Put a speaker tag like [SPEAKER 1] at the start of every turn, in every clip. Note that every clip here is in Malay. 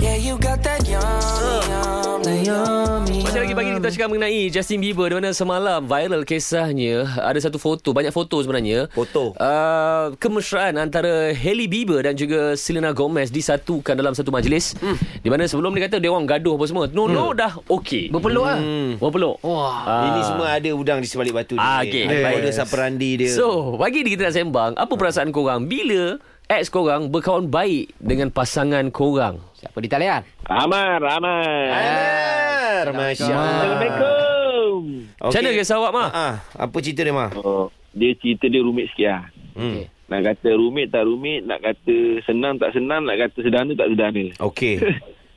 [SPEAKER 1] Yeah, you got that yum, yum, that yummy.
[SPEAKER 2] Masih lagi pagi kita cakap mengenai Justin Bieber di mana semalam viral kisahnya ada satu foto banyak foto sebenarnya
[SPEAKER 3] Foto.
[SPEAKER 2] uh, kemesraan antara Hailey Bieber dan juga Selena Gomez disatukan dalam satu majlis
[SPEAKER 3] Hmm.
[SPEAKER 2] di mana sebelum dia kata dia orang gaduh apa semua no no dah okey berpeluk
[SPEAKER 4] lah.
[SPEAKER 2] ah hmm. berpeluk Ah. wah
[SPEAKER 3] Uh, Hmm. Ini semua ada udang di sebalik batu dia.
[SPEAKER 2] Ah, okey.
[SPEAKER 3] Ada
[SPEAKER 2] Yes.
[SPEAKER 3] powder saperandi dia.
[SPEAKER 2] So, pagi ni kita nak sembang apa perasaan korang bila ex korang berkawan baik dengan pasangan korang
[SPEAKER 4] Siapa di talian?
[SPEAKER 5] Ramai, ramai.
[SPEAKER 3] Anar, Ah, Masya Allah.
[SPEAKER 5] Assalamualaikum.
[SPEAKER 2] Macam mana kisah awak, Ma?
[SPEAKER 3] Ah, apa cerita dia, Ma?
[SPEAKER 5] Oh, dia cerita dia rumit sikit lah.
[SPEAKER 3] Hmm.
[SPEAKER 5] Nak kata rumit tak rumit, nak kata senang tak senang, nak kata sedana tak sedana.
[SPEAKER 3] Okey.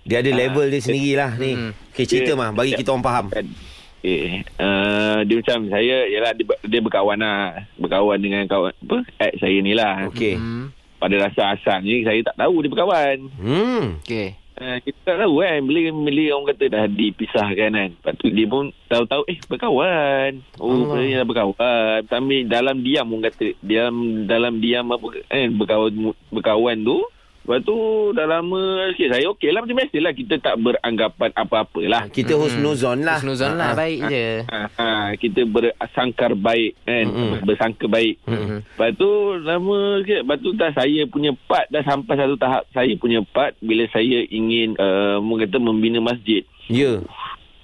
[SPEAKER 3] Dia ada level dia sendirilah ni. Okey, cerita,
[SPEAKER 5] Dia-
[SPEAKER 3] Ma. Bagi kita orang faham.
[SPEAKER 5] Kan? Eh, uh, dia macam saya, ialah dia, ber- dia berkawan lah. Berkawan dengan kawan, apa, ex saya ni lah.
[SPEAKER 3] Okey.
[SPEAKER 5] Pada rasa asalnya, saya tak tahu dia berkawan.
[SPEAKER 3] Hmm.
[SPEAKER 4] Okey.
[SPEAKER 5] Uh, kita tak tahu kan, bila, bila orang kata dah dipisahkan kan. Lepas tu dia pun tahu-tahu, eh berkawan.
[SPEAKER 3] Allah.
[SPEAKER 5] Oh, dia dah berkawan. Sambil dalam diam orang kata. Dalam, dalam diam apa, eh, berkawan, berkawan tu. Lepas tu dah lama sikit saya okey lah macam biasa lah. Kita tak beranggapan apa-apalah.
[SPEAKER 3] Kita husnuzon lah.
[SPEAKER 4] Husnuzon
[SPEAKER 3] Ah,
[SPEAKER 4] lah
[SPEAKER 3] ah.
[SPEAKER 4] baik je.
[SPEAKER 5] Ha, ha, kita bersangkar baik kan
[SPEAKER 3] Mm-mm.
[SPEAKER 5] mm-hmm. bersangka baik
[SPEAKER 3] Mm-mm.
[SPEAKER 5] mm-hmm. lepas tu lama sikit lepas tu dah saya punya part dah sampai satu tahap saya punya part bila saya ingin uh, orang kata membina masjid
[SPEAKER 3] Ya.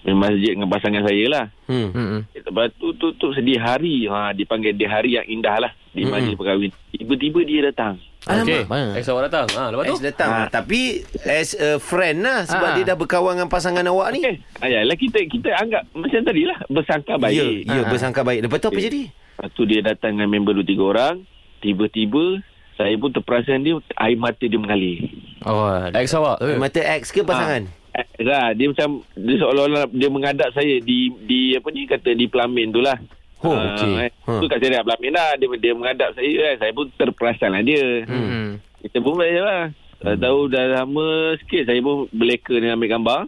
[SPEAKER 5] membina masjid dengan pasangan saya lah
[SPEAKER 3] Hmm.
[SPEAKER 4] Hmm.
[SPEAKER 5] lepas tu tu, tu sedih hari ha, dipanggil di hari yang indah lah di
[SPEAKER 3] Mm-mm.
[SPEAKER 5] majlis perkahwin tiba-tiba dia datang
[SPEAKER 3] Ah.
[SPEAKER 2] Okey.
[SPEAKER 4] Alamak.
[SPEAKER 2] Ex awak datang. Ha, lepas tu
[SPEAKER 3] As datang
[SPEAKER 5] Ah.
[SPEAKER 3] Tapi As a friend lah
[SPEAKER 4] Ah.
[SPEAKER 3] Sebab dia dah berkawan Dengan pasangan awak ni
[SPEAKER 5] eh ayalah kita kita anggap macam tadi lah bersangka
[SPEAKER 3] Ya
[SPEAKER 5] baik
[SPEAKER 3] ya,
[SPEAKER 4] Ah.
[SPEAKER 3] bersangka baik Lepas tu apa
[SPEAKER 5] Eh.
[SPEAKER 3] jadi
[SPEAKER 5] Lepas tu dia datang dengan member dua tiga orang. Tiba-tiba saya pun terperasan dia air mata dia mengalir.
[SPEAKER 4] Oh.
[SPEAKER 2] ex awak.
[SPEAKER 3] Mata ex ke pasangan
[SPEAKER 5] Eh, Dah, dia macam dia seolah-olah dia mengadap saya di di apa ni kata di pelamin tu lah.
[SPEAKER 3] Oh,
[SPEAKER 5] Ah,
[SPEAKER 3] okey.
[SPEAKER 5] eh.
[SPEAKER 3] Ha.
[SPEAKER 5] Tu kat saya dah pelamin dah. Dia, dia mengadap saya kan. Saya pun terperasan lah dia.
[SPEAKER 4] Hmm.
[SPEAKER 5] Kita pun baik je lah. Tak
[SPEAKER 3] Hmm.
[SPEAKER 5] tahu dah lama sikit saya pun beleka dengan ambil gambar.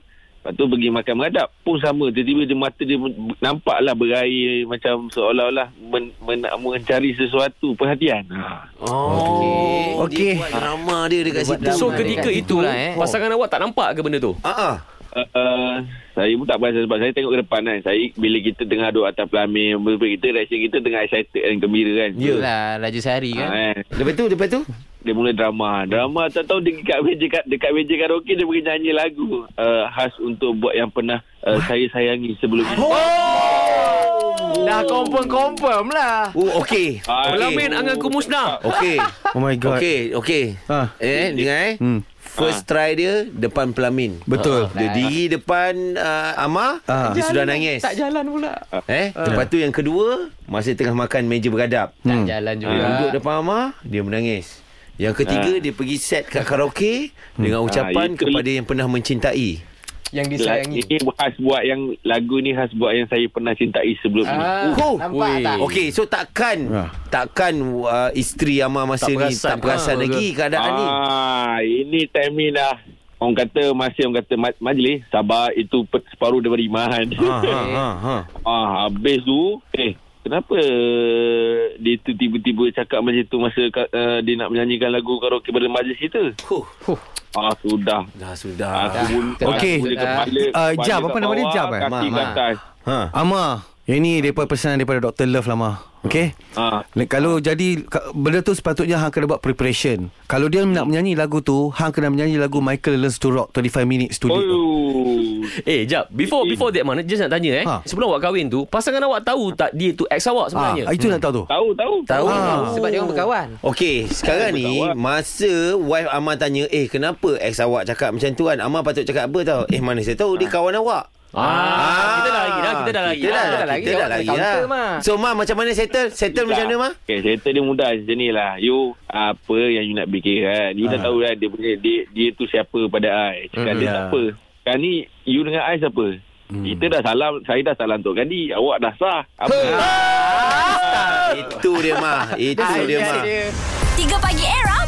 [SPEAKER 5] Lepas tu pergi makan mengadap pun sama. Tiba-tiba dia mata dia men- nampak lah berair macam seolah-olah men, men, mencari sesuatu perhatian. Ha.
[SPEAKER 3] Oh
[SPEAKER 4] Okey.
[SPEAKER 3] Dia buat drama dia Dekat situ
[SPEAKER 2] So
[SPEAKER 4] Ramai
[SPEAKER 2] ketika
[SPEAKER 4] dekat
[SPEAKER 2] itu
[SPEAKER 4] situlah, eh.
[SPEAKER 2] pasangan awak tak nampak ke benda tu?
[SPEAKER 3] Ah, ah.
[SPEAKER 5] Uh, uh, saya pun tak perasan sebab saya tengok ke depan kan. Saya bila kita tengah duduk atas pelamin, apa-apa kita reaksi kita tengah excited dan gembira kan.
[SPEAKER 3] Ya.
[SPEAKER 4] Itulah Raja Sari
[SPEAKER 2] ya.
[SPEAKER 5] Ha,
[SPEAKER 4] kan.
[SPEAKER 5] kan?
[SPEAKER 3] Lepas tu Lepas tu
[SPEAKER 5] Dia mula drama. Drama tak tahu dia dekat meja kat dekat meja karaoke dia pergi nyanyi lagu uh, khas untuk buat yang pernah uh, saya sayangi sebelum ini.
[SPEAKER 4] Dah confirm-confirm lah.
[SPEAKER 3] Oh okey
[SPEAKER 5] Ah,
[SPEAKER 2] Pelamin angan ku musnah.
[SPEAKER 3] Okey
[SPEAKER 6] Oh my god.
[SPEAKER 3] Okey Okey
[SPEAKER 6] Ha.
[SPEAKER 3] Eh dengar eh
[SPEAKER 6] Hmm.
[SPEAKER 3] First try dia Depan pelamin Ah.
[SPEAKER 6] Betul.
[SPEAKER 3] Dia diri depan uh, Amar
[SPEAKER 6] Ah.
[SPEAKER 3] Dia sudah nangis
[SPEAKER 4] Tak jalan pula. Ah.
[SPEAKER 3] Eh Lepas tu yang kedua Masa tengah makan meja bergadap
[SPEAKER 4] Tak Hmm. jalan
[SPEAKER 6] Ya.
[SPEAKER 4] juga.
[SPEAKER 2] Ya.
[SPEAKER 3] Dia duduk depan Amar Dia menangis Yang ketiga Dia pergi set kat karaoke
[SPEAKER 6] Hmm.
[SPEAKER 3] Dengan ucapan
[SPEAKER 5] itu-
[SPEAKER 3] Kepada yang pernah mencintai
[SPEAKER 4] Yang
[SPEAKER 5] Lagu
[SPEAKER 4] disayangi.
[SPEAKER 5] ni Lah, khas buat yang lagu ni khas buat yang saya pernah cintai sebelum ini.
[SPEAKER 4] Ah,
[SPEAKER 3] Oh.
[SPEAKER 4] nampak
[SPEAKER 2] Ui.
[SPEAKER 4] tak?
[SPEAKER 3] Okey, so takkan
[SPEAKER 6] Ah.
[SPEAKER 3] takkan uh, isteri Amar masa
[SPEAKER 2] Tak
[SPEAKER 3] ni
[SPEAKER 2] perasan.
[SPEAKER 3] tak perasan
[SPEAKER 2] Ah,
[SPEAKER 3] lagi keadaan ni.
[SPEAKER 5] Ah, ini time ni dah. Orang kata masih orang kata ma- majlis sabar itu pe- separuh daripada iman.
[SPEAKER 3] Ha ha ha. ha.
[SPEAKER 5] ah, habis tu eh kenapa dia tu tiba-tiba cakap macam tu masa ka- uh, dia nak menyanyikan lagu karaoke pada majlis kita?
[SPEAKER 3] Huh.
[SPEAKER 5] Ah, sudah. Ah,
[SPEAKER 3] Dah sudah.
[SPEAKER 5] Aku bul-
[SPEAKER 6] Okey.
[SPEAKER 5] aku boleh kepala,
[SPEAKER 6] Ah,
[SPEAKER 5] kepala
[SPEAKER 6] jam,
[SPEAKER 5] kat
[SPEAKER 6] apa nama dia?
[SPEAKER 5] bawah,
[SPEAKER 6] Jam, eh?
[SPEAKER 5] Kaki
[SPEAKER 3] Ma,
[SPEAKER 5] ke
[SPEAKER 3] ma.
[SPEAKER 5] atas.
[SPEAKER 3] Ha.
[SPEAKER 6] Ama, yang ni daripada pesanan daripada Dr. Love lah Ma. Okey?
[SPEAKER 5] Ah.
[SPEAKER 6] Le- Kalau jadi ka- benda tu sepatutnya hang kena buat preparation. Kalau dia nak menyanyi lagu tu, hang kena menyanyi lagu Michael Learns to Rock 35 minutes to lead. tu.
[SPEAKER 5] Oh.
[SPEAKER 2] Eh, jap. Before before that mana just nak tanya eh.
[SPEAKER 6] Ha.
[SPEAKER 2] Sebelum awak kahwin tu, pasangan awak tahu tak dia tu ex awak
[SPEAKER 6] Ah,
[SPEAKER 2] sebenarnya?
[SPEAKER 6] itu nak tahu tu.
[SPEAKER 5] Tahu, tahu.
[SPEAKER 3] Tahu.
[SPEAKER 6] Ah.
[SPEAKER 4] Sebab dia orang berkawan.
[SPEAKER 3] Okey, sekarang ni
[SPEAKER 5] Betul, awak.
[SPEAKER 3] masa wife Amar tanya, "Eh, kenapa ex awak cakap macam tu kan? Amar patut cakap apa tau?" "Eh, mana saya tahu dia kawan awak."
[SPEAKER 2] Ah, kita dah lagi dah, kita dah lagi.
[SPEAKER 3] Kita dah,
[SPEAKER 4] Ah,
[SPEAKER 3] kita dah lagi. Kita dah
[SPEAKER 4] awak
[SPEAKER 3] lagi.
[SPEAKER 4] kena
[SPEAKER 3] lah.
[SPEAKER 4] counter, Ma.
[SPEAKER 3] So, Ma macam mana settle? Settle macam mana, Ma?
[SPEAKER 5] Okay, settle dia mudah macam ni lah. You, apa yang you nak fikirkan. You dah tahu lah dia punya, dia, dia tu siapa pada I. Cakap dia
[SPEAKER 6] ya.
[SPEAKER 5] tak apa. Kan ni, you dengan I siapa? Kita dah salam, saya dah salam Tok Gandhi. Awak dah sah. Apa?
[SPEAKER 3] Itu dia, Ma. Itu dia, Ma.
[SPEAKER 7] 3 Pagi Era